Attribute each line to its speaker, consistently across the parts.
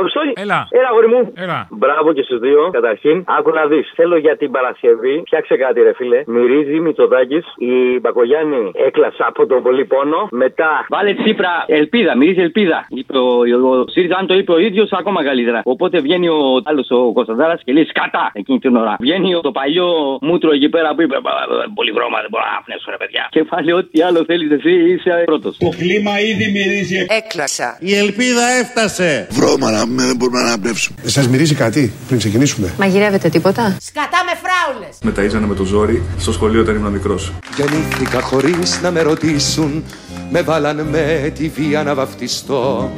Speaker 1: Αποστόλη.
Speaker 2: Έλα.
Speaker 1: Έλα, γόρι μου.
Speaker 2: Έλα.
Speaker 1: Μπράβο και στους δύο. Καταρχήν, άκου να δεις. Θέλω για την Παρασκευή. Φτιάξε κάτι, ρε φίλε. Μυρίζει Μητσοτάκης. Η Μπακογιάννη έκλασα από τον πολύ πόνο. Μετά.
Speaker 3: Βάλε Τσίπρα, ελπίδα, μυρίζει ελπίδα. Είπε ο, ο ΣΥΡΙΖΑ, αν το είπε ο ίδιος, ακόμα καλύτερα. Οπότε βγαίνει ο άλλος ο Κωνσταντάρας και λέει Σκατά εκείνη την ώρα. Βγαίνει το παλιό μούτρο εκεί πέρα που είπε «Μπα, μπα, μπα, Πολύ βρώμα, δεν μπορώ να αφνέσω ρε παιδιά. Και πάλι ό,τι άλλο θέλεις εσύ είσαι πρώτος.
Speaker 4: Το κλίμα ήδη μυρίζει.
Speaker 5: Έκλασα.
Speaker 6: Η ελπίδα έφτασε.
Speaker 7: Βρώμα να μην δεν μπορούμε να αναπνεύσουμε.
Speaker 8: Σας μυρίζει κάτι πριν ξεκινήσουμε.
Speaker 9: Μαγειρεύετε τίποτα.
Speaker 5: Σκατά με φράουλες.
Speaker 10: Με ταΐζανε με το ζόρι στο σχολείο όταν ήμουν μικρός.
Speaker 11: Γεννήθηκα χωρίς να με ρωτήσουν Με βάλαν με τη βία να βαφτιστώ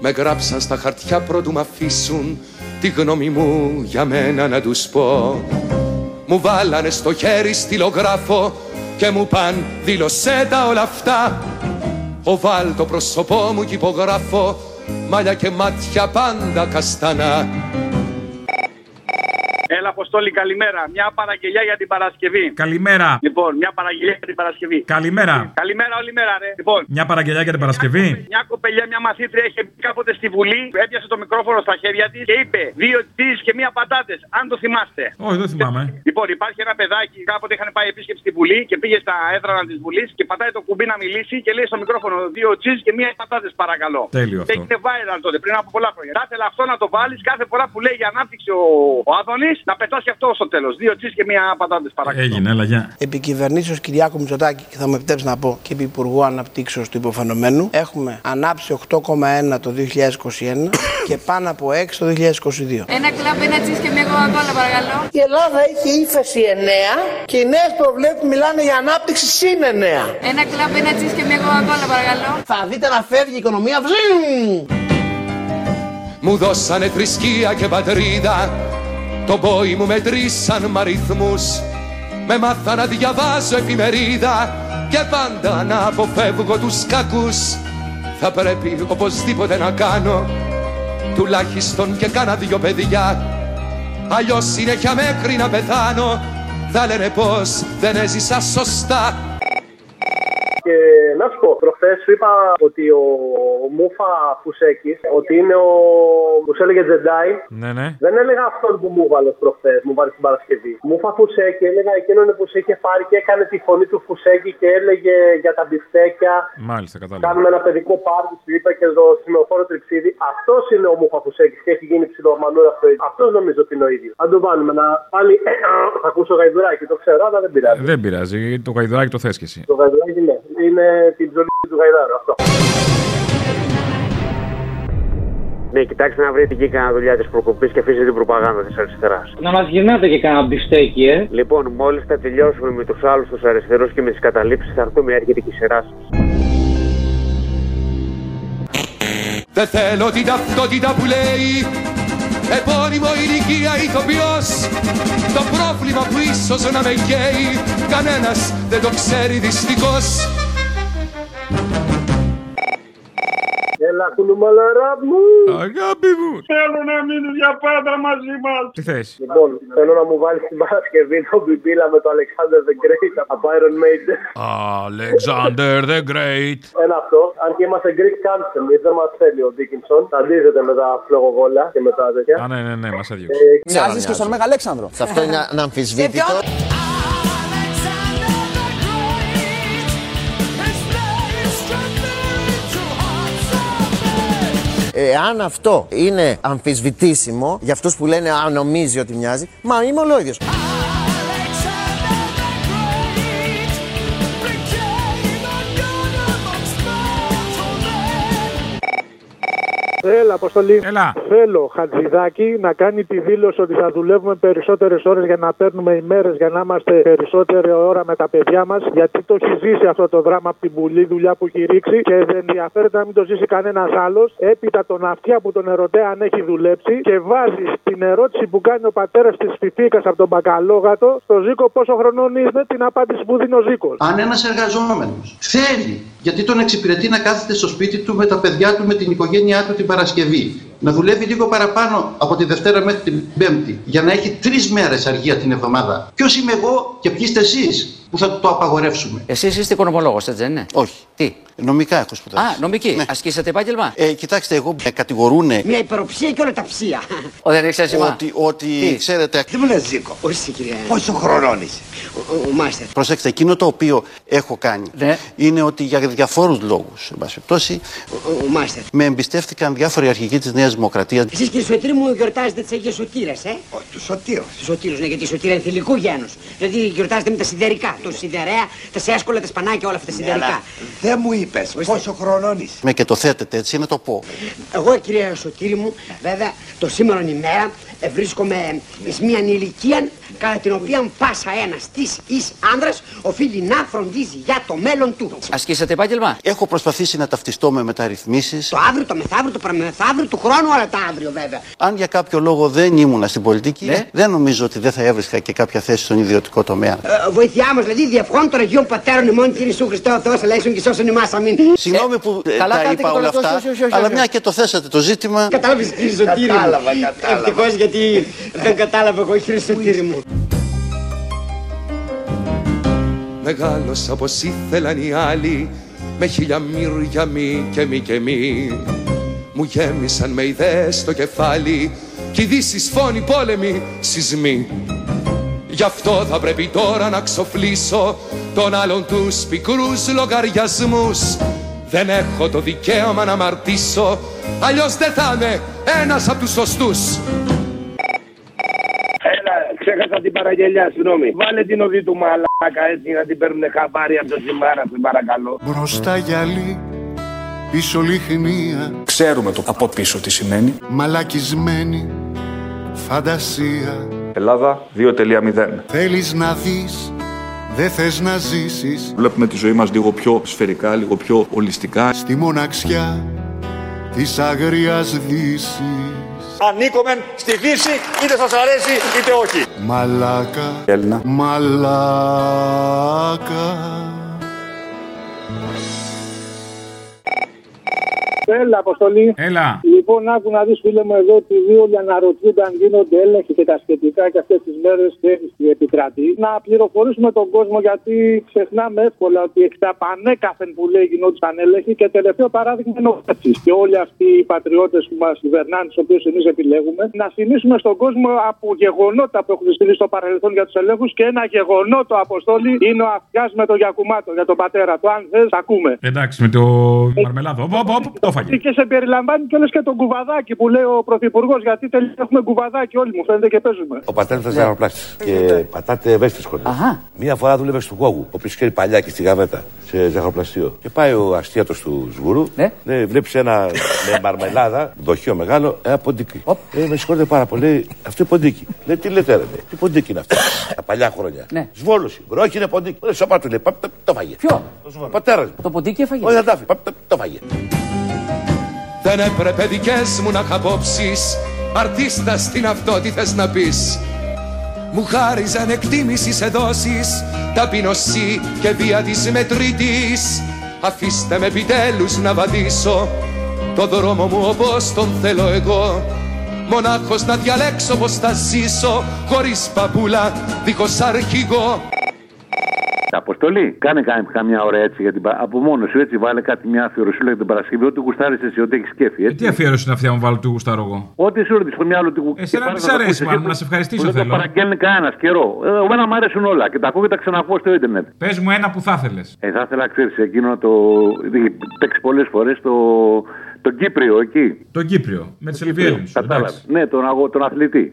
Speaker 11: Με γράψαν στα χαρτιά πρώτου μ' αφήσουν Τη γνώμη μου για μένα να τους πω Μου βάλανε στο χέρι στυλογράφο Και μου παν δήλωσέ τα όλα αυτά Οβάλ το πρόσωπό μου κι υπογράφω Μάλια και μάτια πάντα καστανά
Speaker 12: Έλα, Αποστόλη, καλημέρα. Μια παραγγελιά για την Παρασκευή.
Speaker 2: Καλημέρα.
Speaker 12: Λοιπόν, μια παραγγελιά για την Παρασκευή.
Speaker 2: Καλημέρα.
Speaker 12: Καλημέρα, όλη μέρα, ρε. Λοιπόν,
Speaker 2: Μια παραγγελιά για την Παρασκευή.
Speaker 12: Μια κοπελιά, μια μαθήτρια, είχε μπει κάποτε στη Βουλή, έπιασε το μικρόφωνο στα χέρια της και είπε δύο τσίζ και μία πατάτες. Αν το θυμάστε.
Speaker 2: Όχι, δεν θυμάμαι.
Speaker 12: Λοιπόν, υπάρχει ένα παιδάκι, κάποτε είχαν πάει επίσκεψη στη Βουλή και πήγε στα έδρανα της Βουλής και πατάει το κουμπί να μιλήσει και λέει στο μικρόφωνο δύο τσίζ και μία πατάτες, παρακαλώ.
Speaker 2: Τέλειο
Speaker 12: Και
Speaker 2: αυτό.
Speaker 12: έγινε viral τότε, πριν από πολλά χρόνια. Θα ήθελα αυτό να το βάλεις κάθε φορά που λέει για ανάπτυξη ο, ο Άδωνης, να πετά και αυτό στο τέλος. Δύο τσίζ και μία πατάτες, παρακαλώ.
Speaker 2: Έγινε, έλα, γεια.
Speaker 13: Επί κυβερνήσεω Κυριάκου Μητσοτάκη, και θα μου επιτρέψεις να πω και επί Υπουργού Αναπτύξεως του Υποφαινομένου, έχουμε ανάψει 8,1 το 2021 και πάνω από 6 το 2022.
Speaker 9: Ένα κλαμπ, ένα τσις και μια κοκακόλα παρακαλώ.
Speaker 5: Η Ελλάδα έχει ύφεση 9 και οι νέες προβλέψει μιλάνε για ανάπτυξη συν 9.
Speaker 9: Ένα κλαμπ, ένα τσις και μια κοκακόλα παρακαλώ.
Speaker 5: Θα δείτε να φεύγει η οικονομία. Βζιμ!
Speaker 11: Μου δώσανε θρησκεία και πατρίδα Τον πόη μου μετρήσαν μ' αριθμούς Με μάθα να διαβάζω εφημερίδα Και πάντα να αποφεύγω τους κακούς Θα πρέπει οπωσδήποτε να κάνω Τουλάχιστον και κάνα δυο παιδιά Αλλιώς συνέχεια μέχρι να πεθάνω Θα λένε πως δεν έζησα σωστά
Speaker 14: Και να σου πω, προχθές σου είπα ότι ο Μούφα Φουσέκης, ότι είναι ο. που σου έλεγε Τζεντάι.
Speaker 2: Ναι, ναι.
Speaker 14: Δεν έλεγα αυτόν που μου βάλες προχθές, μου βάλες την Παρασκευή. Μούφα Φουσέκη, έλεγα εκείνον που σε είχε πάρει και έκανε τη φωνή του Φουσέκη και έλεγε για τα μπιφτέκια.
Speaker 2: Μάλιστα, κατάλαβα.
Speaker 14: Κάνουμε ένα παιδικό πάρτι, σου είπα και το σημεοφόρο τριψίδι. Αυτός είναι ο Μούφα Φουσέκης και έχει γίνει ψιλομανούρα στο ίδιο. Αυτός νομίζω ότι είναι ο ίδιος. Αν το βάλουμε να πάλι. ε, θα ακούσω γαϊδουράκι, το ξέρω, αλλά δεν πειράζει.
Speaker 2: Δεν πειράζει, γιατί το γαϊδουράκι το θες και εσύ.
Speaker 14: Το γαϊδουράκι ναι. Είναι την ψωλή του γαϊδάρου αυτό.
Speaker 15: Ναι, κοιτάξτε να βρείτε εκεί κανένα δουλειά της προκοπής και αφήστε την προπαγάνδα της αριστεράς.
Speaker 16: Να μας γυρνάτε και κανένα μπιστέκι, ε.
Speaker 15: Λοιπόν, μόλις θα τελειώσουμε με τους άλλους τους αριστερούς και με τις καταλήψεις, θα έρθουμε έρχεται και η σειρά σας.
Speaker 11: Δεν θέλω την ταυτότητα που λέει Επώνυμο ηλικία ηθοποιός Το πρόβλημα που ίσως να με καίει Κανένας δεν το ξέρει δυστυχώς
Speaker 14: Έλα, κουνούμαλαρά μου!
Speaker 2: Αγάπη μου!
Speaker 4: Θέλω να μείνει για πάντα μαζί μας.
Speaker 2: Τι θες.
Speaker 14: Λοιπόν, θέλω να μου βάλεις την Παρασκευή τον Πιπίλα με τον Αλεξάνδρ The Great από Iron Maiden.
Speaker 2: Alexander the Great.
Speaker 14: Ένα αυτό. Αν και είμαστε Greek Cancel, δεν μας θέλει ο Ντίκινσον. Ταντίζεται με τα φλογοβόλα και με τα τέτοια.
Speaker 2: Α, ναι, ναι, ναι, μας έδιωξε.
Speaker 14: Ε,
Speaker 17: Μοιάζει και στον Μέγα Αλέξανδρο. Ε,
Speaker 18: Σε αυτό είναι αναμφισβήτητο. Εάν αυτό είναι αμφισβητήσιμο για αυτούς που λένε αν νομίζει ότι μοιάζει, μα είμαι ολόιδιος.
Speaker 19: Έλα, Αποστολή.
Speaker 2: Έλα.
Speaker 19: Θέλω Χατζηδάκη να κάνει τη δήλωση ότι θα δουλεύουμε περισσότερες ώρες για να παίρνουμε ημέρες για να είμαστε περισσότερη ώρα με τα παιδιά μας. Γιατί το έχει ζήσει αυτό το δράμα από την πουλή δουλειά που έχει ρίξει και δεν ενδιαφέρεται να μην το ζήσει κανένας άλλος. Έπειτα τον αυτιά που τον ερωτέ αν έχει δουλέψει και βάζει την ερώτηση που κάνει ο πατέρας της Φιφίκας από τον Μπακαλόγατο στο Ζήκο πόσο χρονών είσαι την απάντηση που δίνει ο Ζήκος.
Speaker 20: Αν ένας εργαζόμενος θέλει, γιατί τον εξυπηρετεί να κάθεται στο σπίτι του με τα παιδιά του, με την οικογένειά του την Παρασκευή, να δουλεύει λίγο παραπάνω από τη Δευτέρα μέχρι την Πέμπτη, για να έχει τρεις μέρες αργία την εβδομάδα. Ποιος είμαι εγώ και ποιοι είστε εσείς που θα του το απαγορεύσουμε.
Speaker 17: Εσείς είστε οικονομολόγος, έτσι δεν είναι. Όχι. Τι. Νομικά έχω σπουδάσει.
Speaker 21: Α, νομική. Ασκήσατε επάγγελμα.
Speaker 17: Ναι. Ε, κοιτάξτε, εγώ με κατηγορούν
Speaker 21: Μια υπεροψία και όλα τα ψία. Ο, δεν έχει σήμα.
Speaker 17: ότι, ότι
Speaker 21: Τι?
Speaker 17: ξέρετε.
Speaker 21: Δεν μου λες Ζήκο. Όχι, κυρία. Πόσο χρονών είσαι. Ο, ο Μάστερ.
Speaker 17: Προσέξτε, εκείνο το οποίο έχω κάνει είναι ότι για διαφόρους λόγους, εν πάση περιπτώσει,
Speaker 21: Ο, ο Μάστερ.
Speaker 17: με εμπιστεύτηκαν διάφοροι αρχηγοί της Νέας Δημοκρατίας.
Speaker 21: Εσείς κύριε Σωτήρη μου γιορτάζετε τις Αγίες Σωτήρες, ε. Ο, τους Σωτήρους. Τους Σωτήρους, ναι, γιατί η Σωτήρα είναι θηλυκού γένους. Δηλαδή γιορτάζετε με τα σιδερικά. Το σιδερέα, τα σέσκολα, τα σπανάκια, όλα αυτά τα σιδερικά.
Speaker 17: Δεν μου είπε πόσο χρονών είσαι. Με και το θέτετε έτσι, να το πω.
Speaker 21: Εγώ, κυρία Σωτήρη μου, βέβαια, το σήμερα ημέρα ε, βρίσκομαι εις μίαν ηλικία κατά την οποία πάσα ένας της εις άνδρας οφείλει να φροντίζει για το μέλλον του.
Speaker 17: Ασκήσατε επάγγελμα. Έχω προσπαθήσει να ταυτιστώ με μεταρρυθμίσεις.
Speaker 21: Το αύριο, το μεθαύριο, το παραμεθαύριο, του χρόνου, όλα τα αύριο βέβαια.
Speaker 17: Αν για κάποιο λόγο δεν ήμουνα στην πολιτική, δεν νομίζω ότι δεν θα έβρισκα και κάποια θέση στον ιδιωτικό τομέα.
Speaker 21: Ε, βοηθειά μας, δηλαδή, διευχών των Αγίων Πατέρων ημών κύριε Ιησού Χριστό, ο Θεός ελέησον και σώσον ημάς, αμήν.
Speaker 17: Συγγνώμη που ε, τα είπα όλα αυτά, αλλά μια και το θέσατε το ζήτημα.
Speaker 21: Κατάλαβες κύριε Σωτήρη μου. Ε,
Speaker 17: Κατάλαβα, κατάλαβα.
Speaker 21: Ευτυχώς γιατί δεν κατάλαβα εγώ κύριε Σωτήρη μου.
Speaker 11: Μεγάλος όπως ήθελαν οι άλλοι Με χίλια μύρια μη και μη και μη Μου γέμισαν με ιδέες στο κεφάλι Κι ειδήσεις φόνοι πόλεμοι σεισμοί Γι' αυτό θα πρέπει τώρα να ξοφλήσω Τον άλλον τους πικρούς λογαριασμούς Δεν έχω το δικαίωμα να μαρτήσω Αλλιώς δεν θα είμαι ένας από τους σωστούς
Speaker 12: Έλα, ξέχασα την παραγγελιά, συγγνώμη. Βάλε την οδή του μαλάκα έτσι να την παίρνουν χαμπάρι από το τσιμάρα, σε παρακαλώ.
Speaker 9: Μπροστά γυαλί, πίσω λιχνία. Ξέρουμε το από πίσω τι σημαίνει. Μαλακισμένη φαντασία.
Speaker 10: Ελλάδα 2.0.
Speaker 9: Θέλεις να δεις, δεν θες να ζήσεις.
Speaker 10: Βλέπουμε τη ζωή μας λίγο πιο σφαιρικά, λίγο πιο ολιστικά.
Speaker 9: Στη μοναξιά της αγριάς δύσης.
Speaker 22: Ανήκομεν στη Δύση, είτε σας αρέσει είτε όχι.
Speaker 9: Μαλάκα, Έλληνα. μαλάκα.
Speaker 12: Έλα, Αποστολή.
Speaker 2: Έλα.
Speaker 12: Λοιπόν, άκου να δεις, φίλε μου, εδώ, επειδή όλοι αναρωτιούνται αν γίνονται έλεγχοι και τα σχετικά και αυτές τις μέρες ξέρει τι επικρατεί. Να πληροφορήσουμε τον κόσμο, γιατί ξεχνάμε εύκολα ότι εξ τα πανέκαθεν που λέει γινόντουσαν έλεγχοι και τελευταίο παράδειγμα είναι ο Κάτση. Και όλοι αυτοί οι πατριώτες που μας κυβερνάνε, του οποίους εμείς επιλέγουμε, να θυμίσουμε στον κόσμο από γεγονότα που έχουν στείλει στο παρελθόν για τους ελέγχους και ένα γεγονότο, Αποστολή, είναι ο Αφιάς με τον Γιακουμάτο για τον πατέρα του. Αν θες, ακούμε.
Speaker 2: Εντάξει, με το μαρμελάδο. Οπ, οπ, οπ, το φάγε.
Speaker 12: Και σε περιλαμβάνει κιόλα και τον κουβαδάκι που λέει ο Πρωθυπουργός. Γιατί τελικά έχουμε κουβαδάκι όλοι μου φαίνεται και παίζουμε.
Speaker 23: Ο πατέρας ήταν αεροπλάστη και πατάτε ευαίσθητες χώρε. Μία φορά δούλευε στον Κόγου, ο οποίος ξέρει παλιά και στη γαβέτα, σε ζαχαροπλαστείο. Και πάει ο αστίατο του Σγουρού, ναι. βλέπεις ένα με μαρμελάδα, δοχείο μεγάλο, ένα ποντίκι. Ε, με συγχωρείτε πάρα πολύ, λέει, αυτό είναι ποντίκι. λέει, τι λέτε, ρε, λέει, τι ποντίκι είναι αυτό, τα παλιά χρόνια.
Speaker 24: Ναι.
Speaker 23: Σβόλωση, μπρο, όχι είναι ποντίκι. Ρε, σώμα του λέει, παπ, παπ, το φάγε. Ποιο? Ο πατέρας μου.
Speaker 24: Το ποντίκι έφαγε.
Speaker 23: Όχι, δεν τα άφη, παπ, παπ, το φάγε.
Speaker 11: Δεν έπρεπε δικές μου να είχα απόψεις Αρτίστα στην αυτό τι θες να πεις Μου χάριζαν εκτίμησης σε δόσεις Ταπεινωσή και βία της μετρήτης Αφήστε με επιτέλους να βαδίσω Το δρόμο μου όπως τον θέλω εγώ Μονάχος να διαλέξω πως θα ζήσω Χωρίς παπούλα, δίχως αρχηγό
Speaker 25: Αποστολή, κάνε κάνε καμιά ώρα έτσι για την Πα- από μόνο σου, έτσι βάλε κάτι μια αφιερωσούλα για την Παρασκευή. Ό,τι γουστάρεις εσύ, ό,τι έχεις κέφι. Έτσι.
Speaker 2: Ε, Τι αφιέρωση είναι αυτή να βάλω του γουστάρω εγώ.
Speaker 25: Ό,τι σου έρθει στο μυαλό του κουκκί.
Speaker 2: Εσένα μη σ' αρέσει, μάλλον, να σε ευχαριστήσω
Speaker 25: Δεν το
Speaker 2: θέλω.
Speaker 25: παραγγέλνει κανένας καιρό. Ε, Εμένα μου αρέσουν όλα και τα ακούω και τα ξανακούω στο ίντερνετ.
Speaker 2: Πες μου ένα που θα ήθελες.
Speaker 25: Ε, θα ήθελα, ξέρεις, εκείνο το. Έχει παίξει πολλές φορές το. Τον Κύπριο εκεί.
Speaker 2: Τον Κύπριο. Με τι Ελβιέλου.
Speaker 25: Κατάλαβε. Ναι, τον, αγω- τον αθλητή.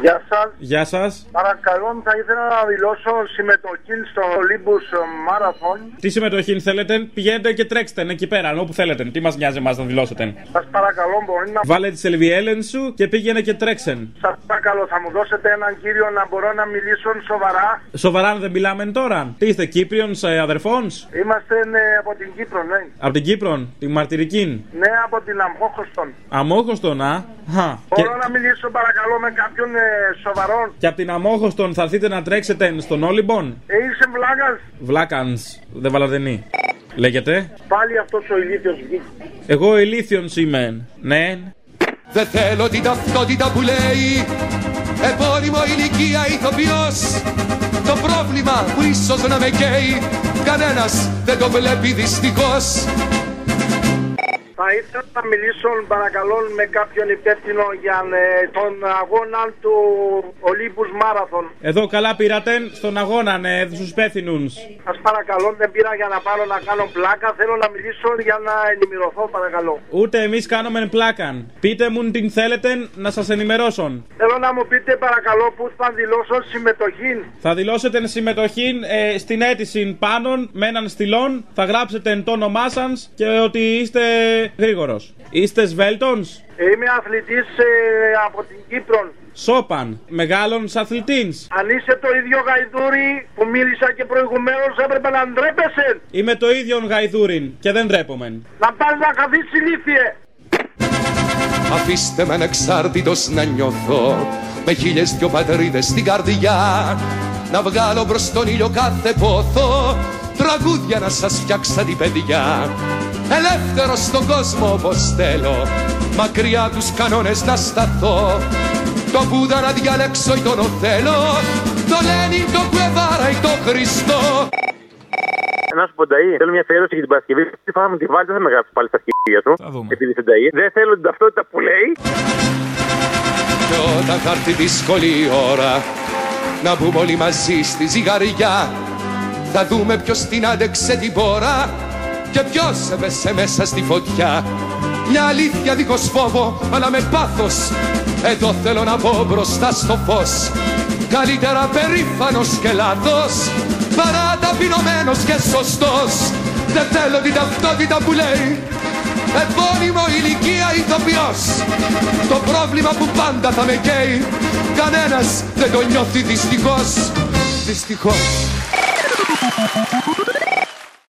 Speaker 14: Γεια σας.
Speaker 2: Γεια σας.
Speaker 14: Παρακαλώ, θα ήθελα να δηλώσω συμμετοχή στο Olympus Marathon.
Speaker 26: Τι συμμετοχή θέλετε, πηγαίνετε και τρέξτε εκεί πέρα, όπου θέλετε. Τι μας νοιάζει εμάς να δηλώσετε.
Speaker 14: Σας παρακαλώ, μπορεί να.
Speaker 26: Βάλε τη σελβιέλεν σου και πήγαινε και τρέξεν.
Speaker 14: Σας παρακαλώ, θα μου δώσετε έναν κύριο να μπορώ να μιλήσω σοβαρά.
Speaker 26: Σοβαρά δεν μιλάμε τώρα. Τι είστε, Κύπριον αδερφών.
Speaker 14: Είμαστε ε, από την Κύπρο, ναι.
Speaker 26: Από την Κύπρο, τη μαρτυρική.
Speaker 14: Ναι, από την Αμχόχωστον.
Speaker 26: Αμόχωστον, α. Χα. Και,
Speaker 14: Μπορώ να μιλήσω, παρακαλώ, με κάποιον ε, σοβαρό.
Speaker 26: και από την Αμόχωστον θα έρθετε να τρέξετε στον Όλυμπον.
Speaker 14: Ε, είσαι βλάκας.
Speaker 26: Βλάκαν, δεν βαλαδενή. Λέγεται.
Speaker 14: Πάλι αυτός ο ηλίθιος βγήκε.
Speaker 26: Εγώ ηλίθιον είμαι. Ναι.
Speaker 11: Δεν θέλω την ταυτότητα που λέει Επώνυμο ηλικία ηθοποιός Το πρόβλημα νόημα που ίσως να με καίει Κανένας δεν το βλέπει δυστυχώς
Speaker 14: Θα ήθελα να μιλήσω παρακαλώ με κάποιον υπεύθυνο για ε, τον αγώνα του Ολύμπους Μάραθον.
Speaker 26: Εδώ καλά πήρατε στον αγώνα, ναι, στους υπεύθυνους.
Speaker 14: Σας παρακαλώ, δεν πήρα για να πάρω να κάνω πλάκα, θέλω να μιλήσω για να ενημερωθώ παρακαλώ.
Speaker 26: Ούτε εμείς κάνουμε πλάκαν. Πείτε μου την θέλετε να σας ενημερώσω.
Speaker 14: Θέλω να μου πείτε παρακαλώ πού θα δηλώσω συμμετοχή.
Speaker 26: Θα δηλώσετε συμμετοχή ε, στην αίτηση πάνω με έναν στυλόν. Θα γράψετε το όνομά σας και ότι είστε γρήγορος. Είστε σβέλτον.
Speaker 14: Είμαι αθλητής ε, από την Κύπρο.
Speaker 26: Σόπαν. Μεγάλων αθλητής.
Speaker 14: Αν είσαι το ίδιο γαϊδούρι που μίλησα και προηγουμένως έπρεπε να ντρέπεσαι.
Speaker 26: Είμαι το ίδιο γαϊδούριν και δεν ντρέπομαι.
Speaker 14: Να πας να καθείς ηλίθιε.
Speaker 11: Αφήστε με ανεξάρτητος να νιώθω Με χίλιες δυο πατρίδες στην καρδιά Να βγάλω προς τον ήλιο κάθε πόθο Τραγούδια να σας φτιάξα την παιδιά Ελεύθερος στον κόσμο όπως θέλω Μακριά τους κανόνες να σταθώ Το Βούδα να διαλέξω ή τον Οθέλο Το Λένιν, τον Κουεβάρα ή τον Χριστό
Speaker 15: Να σου πω, Νταΐ, θέλω μια αφιέρωση για την Παρασκευή. Τι φάμε μου τη βάλει, δεν θα με γράψει πάλι στα αρχίδια σου. Επειδή είσαι Νταΐ. Δεν θέλω την ταυτότητα που λέει.
Speaker 11: Και όταν θα έρθει δύσκολη η ώρα Να μπούμε όλοι μαζί στη ζυγαριά Θα δούμε ποιος την άντεξε την πόρα Και ποιος έπεσε μέσα στη φωτιά Μια αλήθεια δίχως φόβο αλλά με πάθος Εδώ θέλω να πω μπροστά στο φως Καλύτερα περήφανος και λάθος Παρά ταπεινωμένος και σωστός Δεν θέλω την ταυτότητα που λέει Επώνυμο ηλικία ηθοποιός Το πρόβλημα που πάντα θα με καίει Κανένας δεν το νιώθει δυστυχώς Δυστυχώς